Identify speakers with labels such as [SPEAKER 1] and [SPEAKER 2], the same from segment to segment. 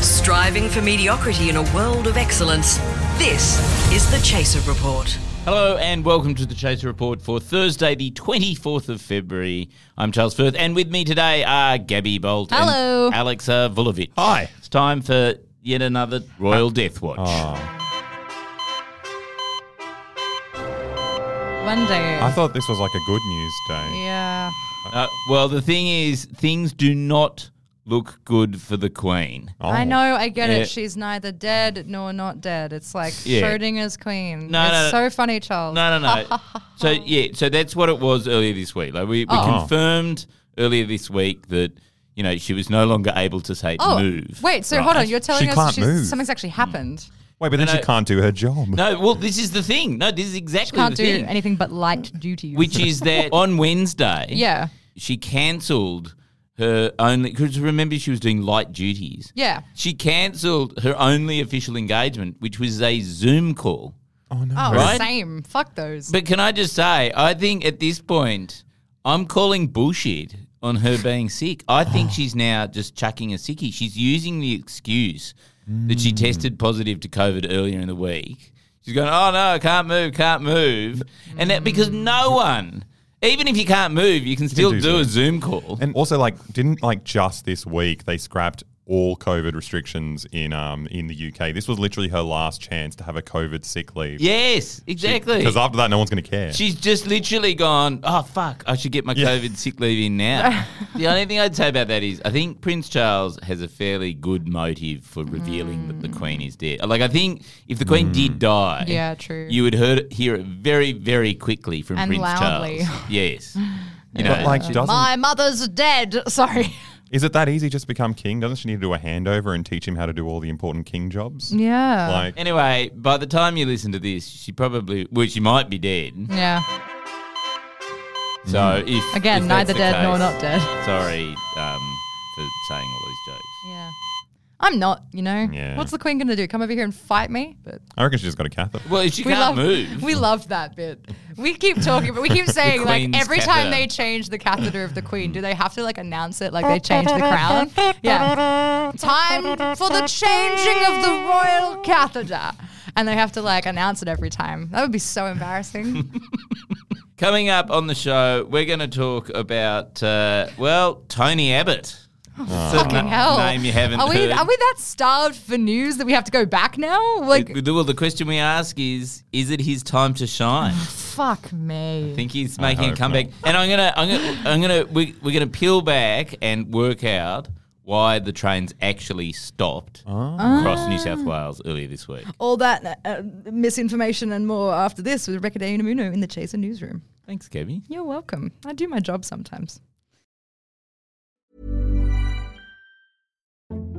[SPEAKER 1] Striving for mediocrity in a world of excellence. This is the Chaser Report.
[SPEAKER 2] Hello and welcome to the Chaser Report for Thursday, the 24th of February. I'm Charles Firth, and with me today are Gabby Bolt
[SPEAKER 3] Hello.
[SPEAKER 2] and Alexa Vulovic.
[SPEAKER 4] Hi.
[SPEAKER 2] It's time for yet another Royal Death Watch.
[SPEAKER 3] One day.
[SPEAKER 4] I thought this was like a good news day.
[SPEAKER 3] yeah.
[SPEAKER 2] Uh, well, the thing is, things do not look good for the Queen.
[SPEAKER 4] Oh.
[SPEAKER 3] I know, I get
[SPEAKER 2] Yeah.
[SPEAKER 3] it. She's neither dead nor not dead. It's like
[SPEAKER 2] Yeah.
[SPEAKER 3] Schrodinger's queen.
[SPEAKER 2] No,
[SPEAKER 3] it's
[SPEAKER 2] no, no.
[SPEAKER 3] so funny, Charles.
[SPEAKER 2] No, no, no. so yeah, so that's what it was earlier this week. Like we, we
[SPEAKER 3] Oh.
[SPEAKER 2] confirmed earlier this week that you know she was no longer able to say
[SPEAKER 3] Oh,
[SPEAKER 2] move.
[SPEAKER 3] wait. So hold
[SPEAKER 2] right?
[SPEAKER 3] on. You're telling
[SPEAKER 4] She
[SPEAKER 3] us
[SPEAKER 4] can't
[SPEAKER 3] she's,
[SPEAKER 4] move.
[SPEAKER 3] something's actually
[SPEAKER 2] Hmm.
[SPEAKER 3] happened.
[SPEAKER 4] Wait, but then
[SPEAKER 2] No,
[SPEAKER 4] she
[SPEAKER 2] no.
[SPEAKER 4] can't do her job.
[SPEAKER 2] No, well, this is the thing. No, this is exactly
[SPEAKER 3] Can't
[SPEAKER 2] the
[SPEAKER 3] do
[SPEAKER 2] thing.
[SPEAKER 3] anything but light duties.
[SPEAKER 2] Which is that on Wednesday,
[SPEAKER 3] yeah,
[SPEAKER 2] she cancelled her only because remember she was doing light duties.
[SPEAKER 3] yeah.
[SPEAKER 2] She cancelled her only official engagement, which was a Zoom call.
[SPEAKER 4] Oh no.
[SPEAKER 3] Oh,
[SPEAKER 2] Right?
[SPEAKER 3] same. Fuck those.
[SPEAKER 2] But can I just say, I think at this point, I'm calling bullshit on her being sick. I think she's now just chucking a sickie. She's using the excuse that she tested positive to COVID earlier in the week. She's going, oh no, I can't move, can't move. And that because no one, even if you can't move, you can still
[SPEAKER 4] do
[SPEAKER 2] do a Zoom call.
[SPEAKER 4] And also like didn't like just this week they scrapped all COVID restrictions in um in the UK. This was literally her last chance to have a COVID sick leave.
[SPEAKER 2] Yes, exactly.
[SPEAKER 4] Because after that no one's gonna care.
[SPEAKER 2] She's just literally gone, oh, fuck, I should get my
[SPEAKER 4] Yeah.
[SPEAKER 2] COVID sick leave in now. the only thing I'd say about that is I think Prince Charles has a fairly good motive for revealing that the Queen is dead. Like, I think if the Queen did
[SPEAKER 4] Mm.
[SPEAKER 2] die,
[SPEAKER 3] Mm. Yeah, true.
[SPEAKER 2] you would heard, hear it very, very quickly from
[SPEAKER 3] And
[SPEAKER 2] Prince
[SPEAKER 3] loudly.
[SPEAKER 2] Charles. Yes. You know,
[SPEAKER 4] but like doesn't
[SPEAKER 3] My mother's dead. Sorry.
[SPEAKER 4] is it that easy just to become king? Doesn't she need to do a handover and teach him how to do all the important king jobs?
[SPEAKER 3] Yeah.
[SPEAKER 4] Like
[SPEAKER 2] anyway, by the time you listen to this, she probably, well, she might be dead.
[SPEAKER 3] yeah.
[SPEAKER 4] Mm.
[SPEAKER 2] So if.
[SPEAKER 3] Again,
[SPEAKER 2] if that's
[SPEAKER 3] neither
[SPEAKER 2] the
[SPEAKER 3] dead nor
[SPEAKER 2] case,
[SPEAKER 3] not dead.
[SPEAKER 2] Sorry um, for saying all these jokes.
[SPEAKER 3] Yeah. I'm not. You know.
[SPEAKER 4] Yeah.
[SPEAKER 3] What's the queen gonna do? Come over here and fight me? But
[SPEAKER 4] I reckon she just got a catheter.
[SPEAKER 2] Well, if she can't
[SPEAKER 3] love,
[SPEAKER 2] move.
[SPEAKER 3] We love that bit. We keep talking, but we keep saying like
[SPEAKER 2] Queen's
[SPEAKER 3] every
[SPEAKER 2] catheter.
[SPEAKER 3] time they change the catheter of the Queen, do they have to like announce it like they changed the crown? Yeah. Time for the changing of the royal catheter. And they have to like announce it every time. That would be so embarrassing.
[SPEAKER 2] Coming up on the show, we're going to talk about, uh, well, Tony Abbott.
[SPEAKER 3] Oh, Fucking hell.
[SPEAKER 2] Name you haven't
[SPEAKER 3] are we
[SPEAKER 2] heard.
[SPEAKER 3] are we that starved for news that we have to go back now? Like
[SPEAKER 2] The- well, the question we ask is: Is it his time to shine? I
[SPEAKER 3] fuck me.
[SPEAKER 2] think he's making a
[SPEAKER 4] hope
[SPEAKER 2] comeback, and I'm gonna, I'm gonna, I'm gonna, we, we're gonna peel back and work out why the trains actually stopped across New South Wales earlier this week.
[SPEAKER 3] All that uh, misinformation and more after this with Rebecca De Unamuno in the Chaser newsroom.
[SPEAKER 2] Thanks, Gabby.
[SPEAKER 3] You're welcome. I do my job sometimes.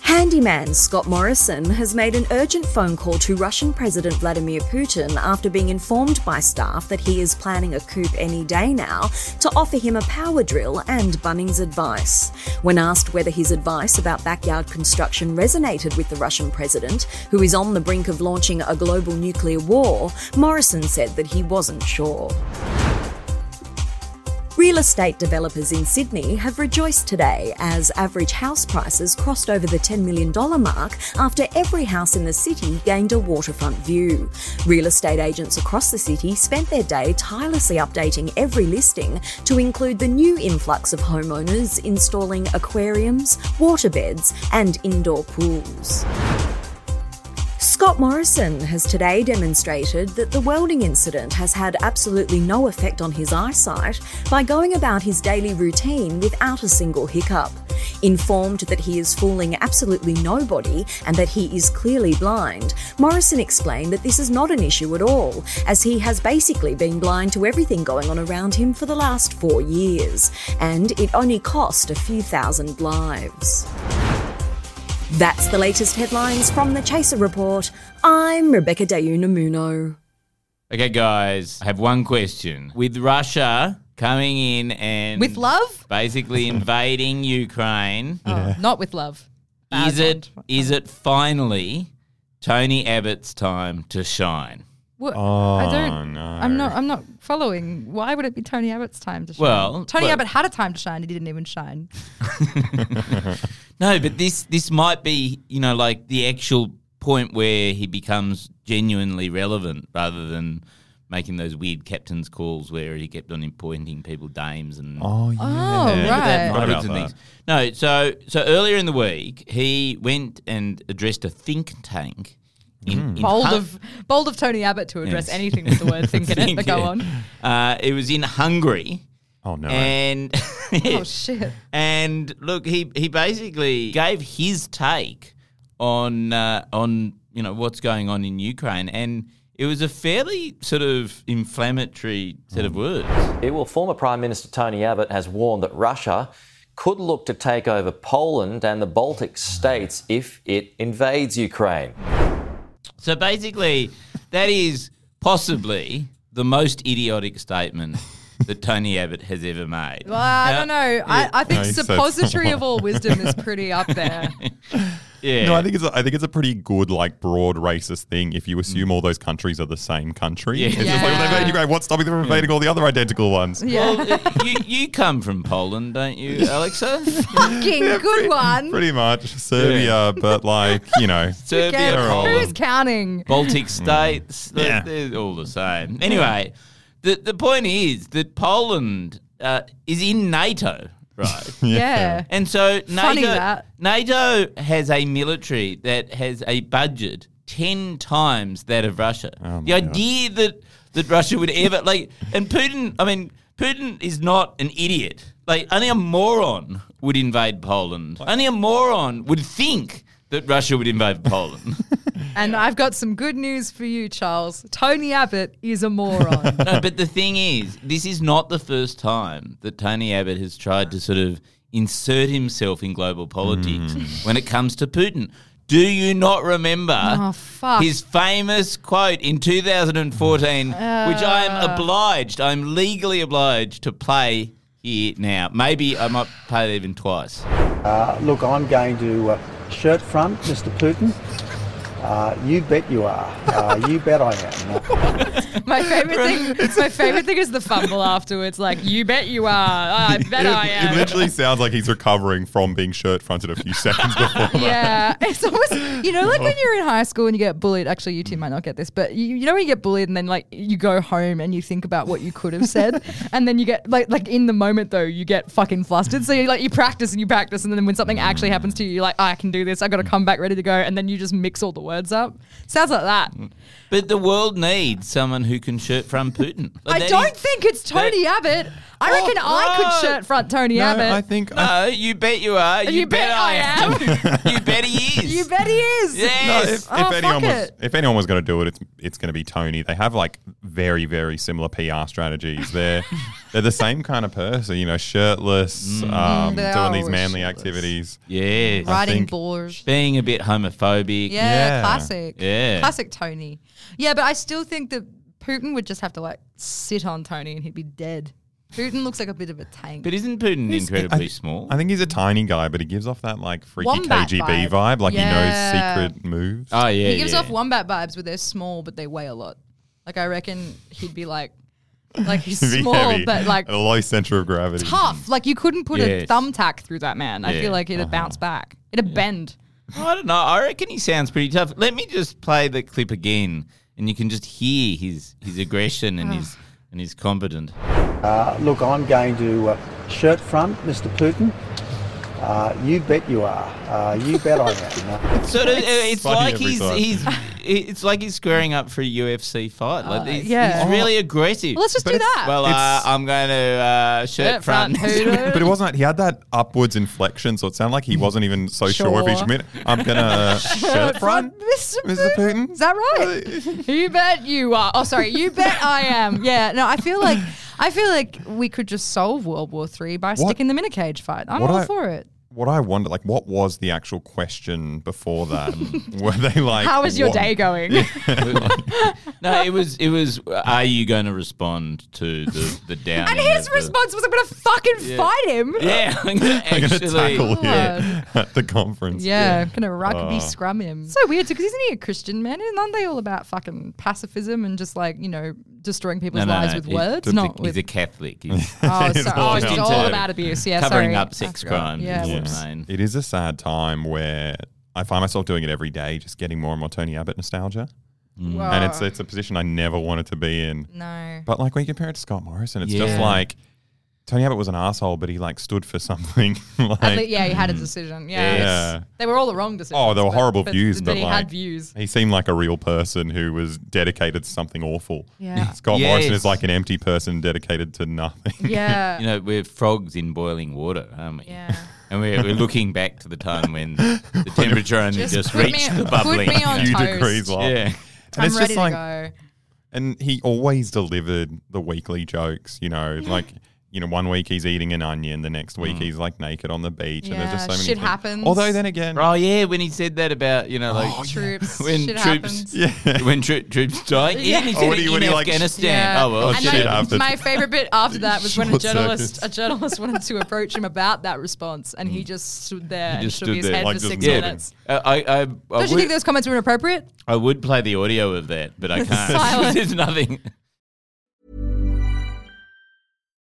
[SPEAKER 5] Handyman Scott Morrison has made an urgent phone call to Russian President Vladimir Putin after being informed by staff that he is planning a coup any day now to offer him a power drill and Bunnings advice. When asked whether his advice about backyard construction resonated with the Russian president, who is on the brink of launching a global nuclear war, Morrison said that he wasn't sure. Real estate developers in Sydney have rejoiced today as average house prices crossed over the $10 million mark after every house in the city gained a waterfront view. Real estate agents across the city spent their day tirelessly updating every listing to include the new influx of homeowners installing aquariums, waterbeds, and indoor pools. Scott Morrison has today demonstrated that the welding incident has had absolutely no effect on his eyesight by going about his daily routine without a single hiccup. Informed that he is fooling absolutely nobody and that he is clearly blind, Morrison explained that this is not an issue at all, as he has basically been blind to everything going on around him for the last four years, and it only cost a few thousand lives. That's the latest headlines from the Chaser Report. I'm Rebecca Dayunamuno.
[SPEAKER 2] Okay, guys, I have one question. With Russia coming in and
[SPEAKER 3] With love? Oh,
[SPEAKER 2] basically invading Ukraine,
[SPEAKER 3] Not with love.
[SPEAKER 2] is it is it finally Tony Abbott's time to shine?
[SPEAKER 3] What?
[SPEAKER 4] Oh,
[SPEAKER 3] I don't.
[SPEAKER 4] no.
[SPEAKER 3] I'm not. I'm not following. Why would it be Tony Abbott's time to shine?
[SPEAKER 2] Well,
[SPEAKER 3] Tony
[SPEAKER 2] well-
[SPEAKER 3] Abbott had a time to shine. He didn't even shine.
[SPEAKER 2] No,
[SPEAKER 3] Hmm.
[SPEAKER 2] but this this might be you know like the actual point where he becomes genuinely relevant rather than making those weird captain's calls where he kept on appointing people dames and
[SPEAKER 4] Oh, yeah.
[SPEAKER 3] Oh, right.
[SPEAKER 4] Forgot
[SPEAKER 2] hundreds
[SPEAKER 4] about
[SPEAKER 2] and things. No, so so earlier in the week he went and addressed a think tank. In, in
[SPEAKER 3] Bold
[SPEAKER 2] Hun-
[SPEAKER 3] of bold of Tony Abbott to address
[SPEAKER 2] Yes.
[SPEAKER 3] anything with the word think in it.
[SPEAKER 2] Think
[SPEAKER 3] But go
[SPEAKER 2] it.
[SPEAKER 3] on.
[SPEAKER 2] Uh, it was in Hungary,
[SPEAKER 4] Oh, no.
[SPEAKER 2] and
[SPEAKER 3] Oh shit.
[SPEAKER 2] And look, he he basically gave his take on uh, on you know what's going on in Ukraine, and it was a fairly sort of inflammatory set of words.
[SPEAKER 6] Yeah, well, former Prime Minister Tony Abbott has warned that Russia could look to take over Poland and the Baltic states if it invades Ukraine.
[SPEAKER 2] So basically, that is possibly the most idiotic statement that Tony Abbott has ever made.
[SPEAKER 3] Well, I don't know. I, I think
[SPEAKER 4] No, he said
[SPEAKER 3] suppository of
[SPEAKER 4] someone.
[SPEAKER 3] all wisdom is pretty up there.
[SPEAKER 2] Yeah.
[SPEAKER 4] No, I think it's a, I think it's a pretty good like broad racist thing if you assume all those countries are the same country.
[SPEAKER 2] Yeah.
[SPEAKER 4] It's just like well,
[SPEAKER 3] Mm. Yeah.
[SPEAKER 4] they've invaded Ukraine. What's stopping them from invading all the other identical ones?
[SPEAKER 3] Yeah.
[SPEAKER 2] you, you come from Poland, don't you, Alexa?
[SPEAKER 3] Fucking good one.
[SPEAKER 4] Pretty much Serbia, but like you know,
[SPEAKER 2] Serbia,
[SPEAKER 3] Yeah,
[SPEAKER 2] Poland.
[SPEAKER 3] Who's counting?
[SPEAKER 2] Baltic states. They're,
[SPEAKER 4] Mm. Yeah.
[SPEAKER 2] they're all the same. Anyway, the, the point is that Poland uh, is in NATO, right?
[SPEAKER 3] Yeah.
[SPEAKER 2] and so NATO,
[SPEAKER 3] Funny that.
[SPEAKER 2] NATO has a military that has a budget 10 times that of Russia. the idea that, that Russia would ever, like, and Putin, I mean, Putin is not an idiot. Like, only a moron would invade Poland. Only a moron would think that Russia would invade Poland.
[SPEAKER 3] And I've got some good news for you, Charles. Tony Abbott is a moron.
[SPEAKER 2] no, but the thing is, this is not the first time that Tony Abbott has tried to sort of insert himself in global politics when it comes to Putin. Do you not remember
[SPEAKER 3] Oh, fuck.
[SPEAKER 2] his famous quote in 2014, which I
[SPEAKER 3] Uh.
[SPEAKER 2] am obliged, I'm legally obliged to play here now? Maybe I might play it even twice.
[SPEAKER 7] Look, I'm going to uh, shirt front, Mr. Putin. Uh, you bet you are. Uh, you bet I am.
[SPEAKER 3] My favorite thing. my favorite thing is the fumble afterwards. Like you bet you are. I bet
[SPEAKER 4] it,
[SPEAKER 3] I
[SPEAKER 4] it
[SPEAKER 3] am.
[SPEAKER 4] literally sounds like he's recovering from being shirt fronted a few seconds before.
[SPEAKER 3] yeah, it's almost you know like when you're in high school and you get bullied. Actually, you two might not get this, but you, you know when you get bullied and then like you go home and you think about what you could have said, and then you get like like in the moment though you get fucking flustered. So you like you practice and you practice, and then when something actually happens to you, you're like I can do this. I got to come back ready to go, and then you just mix all the words up. Sounds like that.
[SPEAKER 4] Mm.
[SPEAKER 2] But the world needs someone who can shirt from Putin. Like,
[SPEAKER 3] I
[SPEAKER 2] that
[SPEAKER 3] don't
[SPEAKER 2] is-
[SPEAKER 3] think it's Tony Abbott. I reckon I
[SPEAKER 2] no.
[SPEAKER 3] could shirt front Tony
[SPEAKER 4] Oh, No,
[SPEAKER 3] Abbott.
[SPEAKER 4] I think I
[SPEAKER 2] No, you bet you are. You,
[SPEAKER 3] You bet I
[SPEAKER 2] am. you bet he is.
[SPEAKER 3] you bet he is.
[SPEAKER 4] No,
[SPEAKER 2] Yes.
[SPEAKER 4] if,
[SPEAKER 3] Oh,
[SPEAKER 4] if anyone
[SPEAKER 3] fuck
[SPEAKER 4] was
[SPEAKER 3] it.
[SPEAKER 4] if anyone was going to do it, it's it's going to be Tony. They have like very very similar PR strategies. They're they're the same kind of person, you know, shirtless, um,
[SPEAKER 3] They are
[SPEAKER 4] doing these
[SPEAKER 3] Mm. always
[SPEAKER 4] manly
[SPEAKER 3] shirtless.
[SPEAKER 4] activities.
[SPEAKER 2] Yes.
[SPEAKER 4] think-
[SPEAKER 3] boars.
[SPEAKER 2] Being a bit homophobic.
[SPEAKER 3] Yeah,
[SPEAKER 4] Yeah.
[SPEAKER 3] classic.
[SPEAKER 2] Yeah.
[SPEAKER 3] Classic Tony. Yeah, but I still think that Putin would just have to like sit on Tony and he'd be dead. Putin looks like a bit of a tank.
[SPEAKER 2] But isn't Putin incredibly small?
[SPEAKER 4] I think he's a tiny guy, but he gives off that like freaky
[SPEAKER 3] Wombat
[SPEAKER 4] KGB
[SPEAKER 3] vibe.
[SPEAKER 4] vibe. Like
[SPEAKER 3] Yeah.
[SPEAKER 4] he knows secret moves.
[SPEAKER 2] oh, yeah.
[SPEAKER 3] he gives
[SPEAKER 2] yeah.
[SPEAKER 3] off wombat vibes where they're small but they weigh a lot. Like I reckon he'd be like like he's
[SPEAKER 4] He's
[SPEAKER 3] small
[SPEAKER 4] heavy
[SPEAKER 3] Oh, but like
[SPEAKER 4] at a low center of gravity.
[SPEAKER 3] tough. Like you couldn't put a
[SPEAKER 2] Yes.
[SPEAKER 3] thumbtack through that man. I
[SPEAKER 2] Yeah.
[SPEAKER 3] feel like it'd bounce back. It'd bend.
[SPEAKER 2] I don't know. I reckon he sounds pretty tough. Let me just play the clip again, and you can just hear his, his aggression and his and his competent.
[SPEAKER 7] Uh, look, I'm going to uh, shirt front, Mr. Putin. Uh, you bet you are. Uh, you bet I am. Uh,
[SPEAKER 2] Sort of, uh, it's,
[SPEAKER 4] funny
[SPEAKER 2] like
[SPEAKER 4] every
[SPEAKER 2] he's
[SPEAKER 4] time.
[SPEAKER 2] he's it's like he's squaring up for a UFC fight. Like he's,
[SPEAKER 3] Uh, yeah.
[SPEAKER 2] he's really aggressive.
[SPEAKER 3] Well, let's just
[SPEAKER 4] Oh. But
[SPEAKER 3] do
[SPEAKER 4] it's-
[SPEAKER 3] that.
[SPEAKER 2] Well, uh,
[SPEAKER 4] It's-
[SPEAKER 2] I'm going to uh, shirt
[SPEAKER 3] Shirt
[SPEAKER 2] front.
[SPEAKER 3] front, hoodoo.
[SPEAKER 4] But it wasn't like he had that upwards inflection, so it sounded like he wasn't even so sure, of each
[SPEAKER 3] Sure.
[SPEAKER 4] minute. I'm gonna shut front,
[SPEAKER 3] Mr.
[SPEAKER 4] Mr. Putin.
[SPEAKER 3] Is that right? you bet you are. Oh, sorry. You bet I am. Yeah. No, I feel like I feel like we could just solve World War Three by sticking them in a cage fight. I'm
[SPEAKER 4] What
[SPEAKER 3] all
[SPEAKER 4] I-
[SPEAKER 3] for it.
[SPEAKER 4] What I wonder, like, what was the actual question before that? Were they like,
[SPEAKER 3] How is your
[SPEAKER 4] what-
[SPEAKER 3] day going?
[SPEAKER 2] no, it was it was. uh, Are you going to respond to the the down?
[SPEAKER 3] and his response was, "I'm gonna fucking fight him." Yeah.
[SPEAKER 2] Yeah, I'm going to
[SPEAKER 4] They're gonna
[SPEAKER 2] actually.
[SPEAKER 4] tackle him
[SPEAKER 3] God.
[SPEAKER 4] at the conference.
[SPEAKER 3] I'm gonna rugby
[SPEAKER 4] Oh.
[SPEAKER 3] scrum him. So weird, because isn't he a Christian man? And aren't they all about fucking pacifism and just like you know destroying
[SPEAKER 2] No,
[SPEAKER 3] people's
[SPEAKER 2] no,
[SPEAKER 3] lives
[SPEAKER 2] no,
[SPEAKER 3] with
[SPEAKER 2] he-
[SPEAKER 3] words?
[SPEAKER 2] he's
[SPEAKER 3] Not
[SPEAKER 2] a,
[SPEAKER 3] with
[SPEAKER 2] he's a Catholic. He's
[SPEAKER 3] oh,
[SPEAKER 4] It's
[SPEAKER 3] sorry.
[SPEAKER 4] all
[SPEAKER 3] oh, it's
[SPEAKER 2] about-
[SPEAKER 3] all about abuse. Yeah,
[SPEAKER 2] covering
[SPEAKER 3] sorry.
[SPEAKER 2] up
[SPEAKER 3] I
[SPEAKER 2] sex
[SPEAKER 3] forgot.
[SPEAKER 2] crimes. Mm.
[SPEAKER 3] Yeah.
[SPEAKER 2] is what I'm
[SPEAKER 3] whoops.
[SPEAKER 2] saying.
[SPEAKER 4] It is a sad time where I find myself doing it every day, just getting more and more Tony Abbott nostalgia. And
[SPEAKER 3] Oh.
[SPEAKER 4] it's it's a position I never wanted to be in.
[SPEAKER 3] No.
[SPEAKER 4] But like when you compare it to Scott Morrison, it's just
[SPEAKER 2] Yeah.
[SPEAKER 4] like Tony Abbott was an asshole, but he like stood for something.
[SPEAKER 3] At
[SPEAKER 4] like
[SPEAKER 3] lea- yeah, he had a decision. Yeah,
[SPEAKER 4] Yeah.
[SPEAKER 3] it's- they were all the wrong decisions.
[SPEAKER 4] Mm-hmm. Oh, they were
[SPEAKER 3] but-
[SPEAKER 4] horrible
[SPEAKER 3] but-
[SPEAKER 4] views,
[SPEAKER 3] but,
[SPEAKER 4] but
[SPEAKER 3] he
[SPEAKER 4] like-
[SPEAKER 3] had views.
[SPEAKER 4] he seemed like a real person who was dedicated to something awful.
[SPEAKER 3] Yeah.
[SPEAKER 4] Scott Morrison
[SPEAKER 2] Yes.
[SPEAKER 4] is like an empty person dedicated to nothing.
[SPEAKER 3] Yeah,
[SPEAKER 2] You know, we're frogs in boiling water, aren't we?
[SPEAKER 3] yeah.
[SPEAKER 2] And we're, we're looking back to the time when the temperature only just, reached the bubbling.
[SPEAKER 3] Put me on
[SPEAKER 4] Few
[SPEAKER 3] toast.
[SPEAKER 4] degrees off.
[SPEAKER 2] yeah.
[SPEAKER 4] And
[SPEAKER 3] I'm
[SPEAKER 4] it's
[SPEAKER 3] ready
[SPEAKER 4] just
[SPEAKER 3] to
[SPEAKER 4] like
[SPEAKER 3] go.
[SPEAKER 4] and he always delivered the weekly jokes, you know, like you know, one week he's eating an onion, the next
[SPEAKER 2] Mm.
[SPEAKER 4] week he's like naked on the beach, and there's
[SPEAKER 3] Yeah,
[SPEAKER 4] just so many
[SPEAKER 3] shit
[SPEAKER 4] things.
[SPEAKER 3] happens.
[SPEAKER 4] Although then again,
[SPEAKER 2] Oh yeah, when he said that about you
[SPEAKER 4] Oh,
[SPEAKER 2] know like
[SPEAKER 3] Troops.
[SPEAKER 2] when
[SPEAKER 3] shit
[SPEAKER 2] troops
[SPEAKER 3] happens.
[SPEAKER 4] yeah,
[SPEAKER 2] when troo- troops die, yeah, he said
[SPEAKER 4] when
[SPEAKER 2] it
[SPEAKER 4] he-
[SPEAKER 2] in
[SPEAKER 4] when he, like,
[SPEAKER 2] Afghanistan.
[SPEAKER 3] Yeah.
[SPEAKER 2] Oh well,
[SPEAKER 4] Oh,
[SPEAKER 3] and
[SPEAKER 4] shit
[SPEAKER 3] my,
[SPEAKER 4] happens.
[SPEAKER 3] my favorite bit after that was when a
[SPEAKER 4] Short
[SPEAKER 3] journalist
[SPEAKER 4] circuits.
[SPEAKER 3] a journalist wanted to approach him about that response, and he just stood there and
[SPEAKER 2] just
[SPEAKER 3] shook
[SPEAKER 2] stood
[SPEAKER 3] his
[SPEAKER 2] there,
[SPEAKER 3] head
[SPEAKER 4] like,
[SPEAKER 3] for
[SPEAKER 4] just
[SPEAKER 3] six
[SPEAKER 4] nodding.
[SPEAKER 2] yeah.
[SPEAKER 3] minutes.
[SPEAKER 2] Uh, I I, I,
[SPEAKER 3] Don't you
[SPEAKER 2] would,
[SPEAKER 3] think those comments were inappropriate?
[SPEAKER 2] I would play the audio of that, but I can't.
[SPEAKER 3] Silence.
[SPEAKER 2] There's nothing.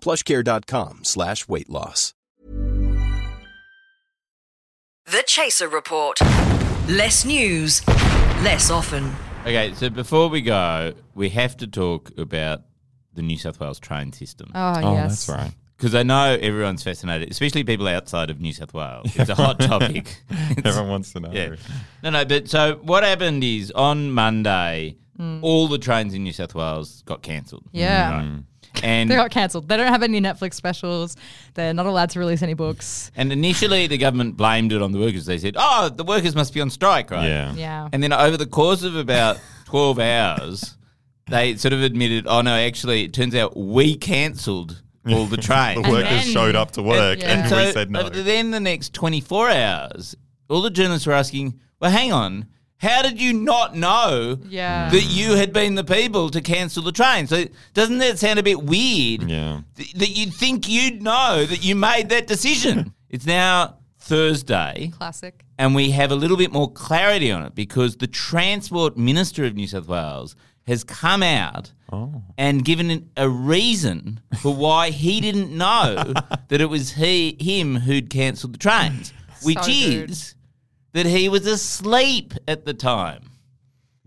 [SPEAKER 8] Plushcare.com slash weight loss.
[SPEAKER 1] The Chaser Report. Less news, less often.
[SPEAKER 2] Okay, so before we go, we have to talk about the New South Wales train system
[SPEAKER 3] Oh,
[SPEAKER 4] oh,
[SPEAKER 3] yes.
[SPEAKER 4] that's right.
[SPEAKER 2] because I know everyone's fascinated, especially people outside of New South Wales. It's a hot topic.
[SPEAKER 4] Everyone wants to know.
[SPEAKER 2] Yeah. No, no, but so what happened is on Monday, all the trains in New South Wales got cancelled.
[SPEAKER 3] Hmm. Yeah. Hmm.
[SPEAKER 2] Right. And
[SPEAKER 3] They got cancelled. They don't have any Netflix specials. They're not allowed to release any books.
[SPEAKER 2] and initially the government blamed it on the workers. They said, "Oh, the workers must be on strike, right?"
[SPEAKER 4] Yeah.
[SPEAKER 3] Yeah.
[SPEAKER 2] And then over the course of about 12 hours, they sort of admitted, "Oh no, actually it turns out we cancelled all the trains."
[SPEAKER 4] The workers
[SPEAKER 3] then-
[SPEAKER 4] showed up to work
[SPEAKER 3] yeah.
[SPEAKER 4] and,
[SPEAKER 2] So
[SPEAKER 4] we said no.
[SPEAKER 2] uh, then the next 24 hours, all the journalists were asking, well, hang on, how did you not know
[SPEAKER 3] Yeah.
[SPEAKER 2] that you had been the people to cancel the train? So doesn't that sound a bit weird
[SPEAKER 4] Yeah.
[SPEAKER 2] th- that you'd think you'd know that you made that decision? it's now Thursday
[SPEAKER 3] Classic.
[SPEAKER 2] and we have a little bit more clarity on it because the Transport Minister of New South Wales has come out
[SPEAKER 4] Oh.
[SPEAKER 2] and given an- a reason for why he didn't know that it was he him who'd cancelled the trains, which
[SPEAKER 3] good.
[SPEAKER 2] is that he was asleep at the time.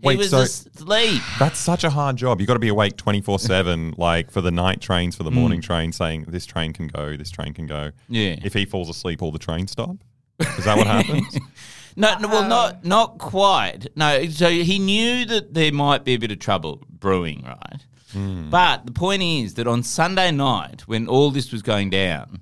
[SPEAKER 2] He
[SPEAKER 4] Wait,
[SPEAKER 2] was
[SPEAKER 4] so-
[SPEAKER 2] asleep.
[SPEAKER 4] That's such a hard job. You've got to be awake 24 7, like for the night trains, for
[SPEAKER 2] Mm.
[SPEAKER 4] the morning train, saying this train can go, this train can go.
[SPEAKER 2] Yeah.
[SPEAKER 4] If he falls asleep, all the trains stop. Is that what happens?
[SPEAKER 2] No, no well, not not quite. No, so he knew that there might be a bit of trouble brewing, right? But the point is that on Sunday night, when all this was going down,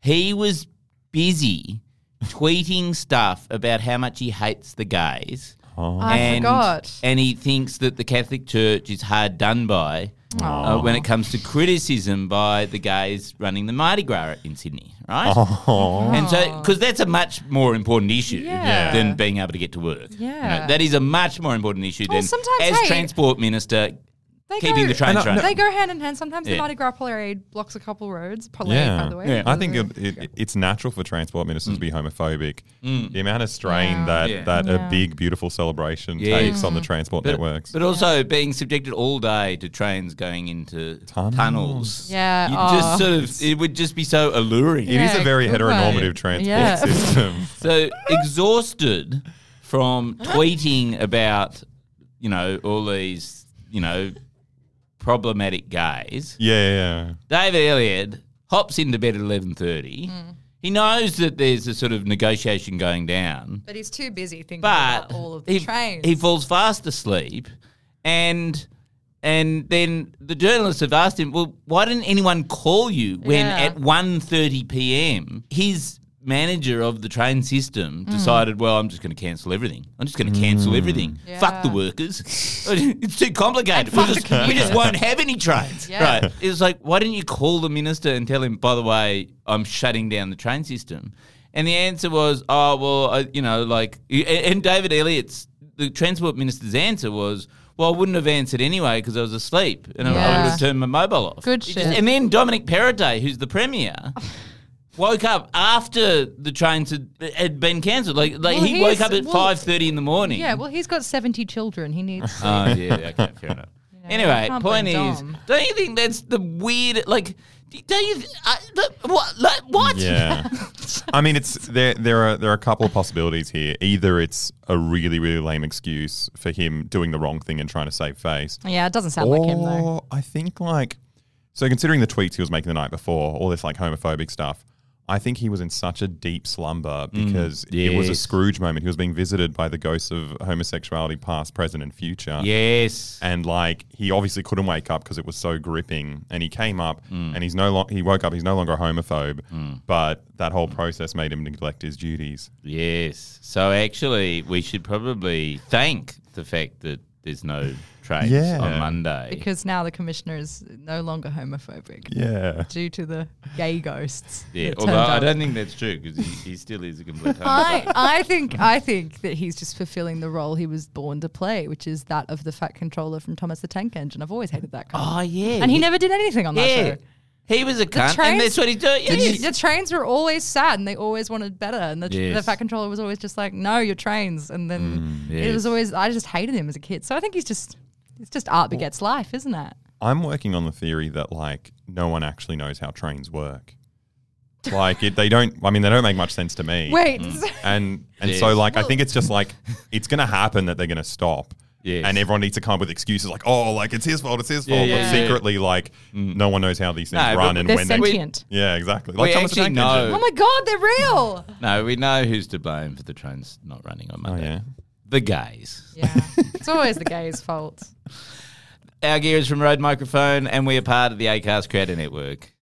[SPEAKER 2] he was busy tweeting stuff about how much he hates the gays.
[SPEAKER 3] I forgot.
[SPEAKER 2] And he thinks that the Catholic Church is hard done by uh, when it comes to criticism by the gays running the Mardi Gras in Sydney, right? And so, because that's a much more important issue
[SPEAKER 3] Yeah.
[SPEAKER 2] than being able to get to work. You know,
[SPEAKER 3] Yeah.
[SPEAKER 2] that is a much more important issue
[SPEAKER 3] Well,
[SPEAKER 2] than,
[SPEAKER 3] sometimes,
[SPEAKER 2] as
[SPEAKER 3] hey-
[SPEAKER 2] Transport Minister,
[SPEAKER 3] They
[SPEAKER 2] keeping
[SPEAKER 3] go-
[SPEAKER 2] the trains
[SPEAKER 4] And I-
[SPEAKER 2] running.
[SPEAKER 3] They go hand in hand. Sometimes the
[SPEAKER 2] Yeah.
[SPEAKER 3] Mardi Gras parade blocks a couple roads. Parade,
[SPEAKER 4] Yeah.
[SPEAKER 3] by the way.
[SPEAKER 2] Yeah. Mm.
[SPEAKER 4] I think it, it, it's natural for transport ministers to be homophobic. The amount of strain that,
[SPEAKER 2] Yeah.
[SPEAKER 4] that a big, beautiful celebration
[SPEAKER 2] Yeah.
[SPEAKER 4] takes
[SPEAKER 3] Mm-hmm.
[SPEAKER 4] on the transport
[SPEAKER 2] but,
[SPEAKER 4] networks.
[SPEAKER 2] but also being subjected all day to trains going into tunnels.
[SPEAKER 3] Yeah,
[SPEAKER 2] You
[SPEAKER 3] oh.
[SPEAKER 2] just sort of, it would just be so alluring.
[SPEAKER 4] It is a
[SPEAKER 3] Yeah,
[SPEAKER 4] very
[SPEAKER 3] good one.
[SPEAKER 4] heteronormative transport
[SPEAKER 3] Yeah.
[SPEAKER 4] system.
[SPEAKER 2] So exhausted from tweeting about, you know, all these, you know, problematic gays,
[SPEAKER 4] yeah, yeah, yeah.
[SPEAKER 2] David Elliott hops into bed at eleven thirty.
[SPEAKER 3] Hmm.
[SPEAKER 2] He knows that there's a sort of negotiation going down,
[SPEAKER 3] But he's too busy thinking
[SPEAKER 2] but
[SPEAKER 3] about all of the
[SPEAKER 2] he,
[SPEAKER 3] trains.
[SPEAKER 2] he falls fast asleep, and and then the journalists have asked him, well, why didn't anyone call you when
[SPEAKER 3] Yeah.
[SPEAKER 2] at 1.30 p.m. his manager of the train system
[SPEAKER 3] Hmm.
[SPEAKER 2] decided, well, I'm just going to cancel everything. I'm just going to cancel everything. Fuck the
[SPEAKER 3] Yeah.
[SPEAKER 2] workers. it's too complicated. We
[SPEAKER 3] fuck the
[SPEAKER 2] just, we just won't have any trains.
[SPEAKER 3] Yeah.
[SPEAKER 2] Right. It was like, why didn't you call the minister and tell him, by the way, I'm shutting down the train system? And the answer was, oh, well, I, you know, like, and- and David Elliott's, the transport minister's answer was, well, I wouldn't have answered anyway because I was asleep and I- I would
[SPEAKER 3] Yeah.
[SPEAKER 2] have turned my mobile off.
[SPEAKER 3] Good
[SPEAKER 2] It just-
[SPEAKER 3] shit.
[SPEAKER 2] and then Dominic Perrottet, who's the premier, woke up after the trains had, had been cancelled. Like, like
[SPEAKER 3] Well,
[SPEAKER 2] he woke
[SPEAKER 3] he's-
[SPEAKER 2] up at
[SPEAKER 3] well-
[SPEAKER 2] 5.30 in the morning.
[SPEAKER 3] yeah, well, he's got 70 children. He needs.
[SPEAKER 2] Oh yeah, okay, fair enough.
[SPEAKER 3] I
[SPEAKER 2] Anyway,
[SPEAKER 3] can't
[SPEAKER 2] point
[SPEAKER 3] blame
[SPEAKER 2] is,
[SPEAKER 3] Dom.
[SPEAKER 2] don't you think that's the weird? Like, d- don't you? th- I, the, what? Like, what?
[SPEAKER 4] Yeah. I mean, it's there. There are there are a couple of possibilities here. Either it's a really really lame excuse for him doing the wrong thing and trying to save face,
[SPEAKER 3] yeah, it doesn't sound
[SPEAKER 4] or
[SPEAKER 3] like him,
[SPEAKER 2] Oh.
[SPEAKER 3] though.
[SPEAKER 4] I think like so considering the tweets he was making the night before, all this like homophobic stuff. I think he was in such a deep slumber because it was
[SPEAKER 2] Mm,
[SPEAKER 4] a
[SPEAKER 2] yes.
[SPEAKER 4] Scrooge moment. He was being visited by the ghosts of homosexuality, past, present, and future.
[SPEAKER 2] Yes.
[SPEAKER 4] and like he obviously couldn't wake up because it was so gripping and he came up
[SPEAKER 2] Mm.
[SPEAKER 4] and he's no longer he woke up he's no longer a homophobe but that whole process made him neglect his duties
[SPEAKER 2] Yes. So actually, we should probably thank the fact that there's no trains
[SPEAKER 4] Yeah.
[SPEAKER 2] on Monday.
[SPEAKER 3] Because now the commissioner is no longer homophobic
[SPEAKER 4] yeah
[SPEAKER 3] due to the gay ghosts.
[SPEAKER 2] yeah,
[SPEAKER 3] that
[SPEAKER 2] although
[SPEAKER 3] turned
[SPEAKER 2] I
[SPEAKER 3] up.
[SPEAKER 2] don't think that's true because he, he still is a complete homophobe.
[SPEAKER 3] I, I think I think that he's just fulfilling the role he was born to play, which is that of the fat controller from Thomas the Tank Engine. I've always hated that guy,
[SPEAKER 2] Oh yeah,
[SPEAKER 3] and he never did anything on that
[SPEAKER 2] Yeah,
[SPEAKER 3] show.
[SPEAKER 2] he was a cunt, and
[SPEAKER 3] trains-
[SPEAKER 2] that's what he did.
[SPEAKER 3] The,
[SPEAKER 2] Yes.
[SPEAKER 3] the trains were always sad, and they always wanted better. And the,
[SPEAKER 2] Yes.
[SPEAKER 3] the fat controller was always just like, "No, your trains." And then it
[SPEAKER 2] yes.
[SPEAKER 3] was always I just hated him as a kid. So I think he's just it's just art begets life, isn't it?
[SPEAKER 4] i'm working on the theory that like no one actually knows how trains work like it, they don't i mean they don't make much sense to me
[SPEAKER 3] Wait,
[SPEAKER 4] and and so
[SPEAKER 2] Yes.
[SPEAKER 4] like i think it's just like it's gonna happen that they're gonna stop
[SPEAKER 2] Yes.
[SPEAKER 4] And everyone needs to come up with excuses like, oh, like it's his fault, it's his fault.
[SPEAKER 2] yeah,
[SPEAKER 4] but
[SPEAKER 2] yeah.
[SPEAKER 4] secretly, like, no one knows how these things
[SPEAKER 2] No,
[SPEAKER 4] run
[SPEAKER 2] but
[SPEAKER 4] and
[SPEAKER 3] they're
[SPEAKER 4] when they.
[SPEAKER 3] sentient.
[SPEAKER 4] Yeah, exactly.
[SPEAKER 2] We
[SPEAKER 4] Thomas the
[SPEAKER 2] actually
[SPEAKER 4] Tank Engine.
[SPEAKER 2] know.
[SPEAKER 3] oh my god, they're real.
[SPEAKER 2] no, we know who's to blame for the trains not running on Monday.
[SPEAKER 4] Oh, yeah.
[SPEAKER 2] The gays.
[SPEAKER 3] yeah, it's always the gays' fault.
[SPEAKER 2] Our gear is from Road Microphone, and we are part of the ACAST Creator Network.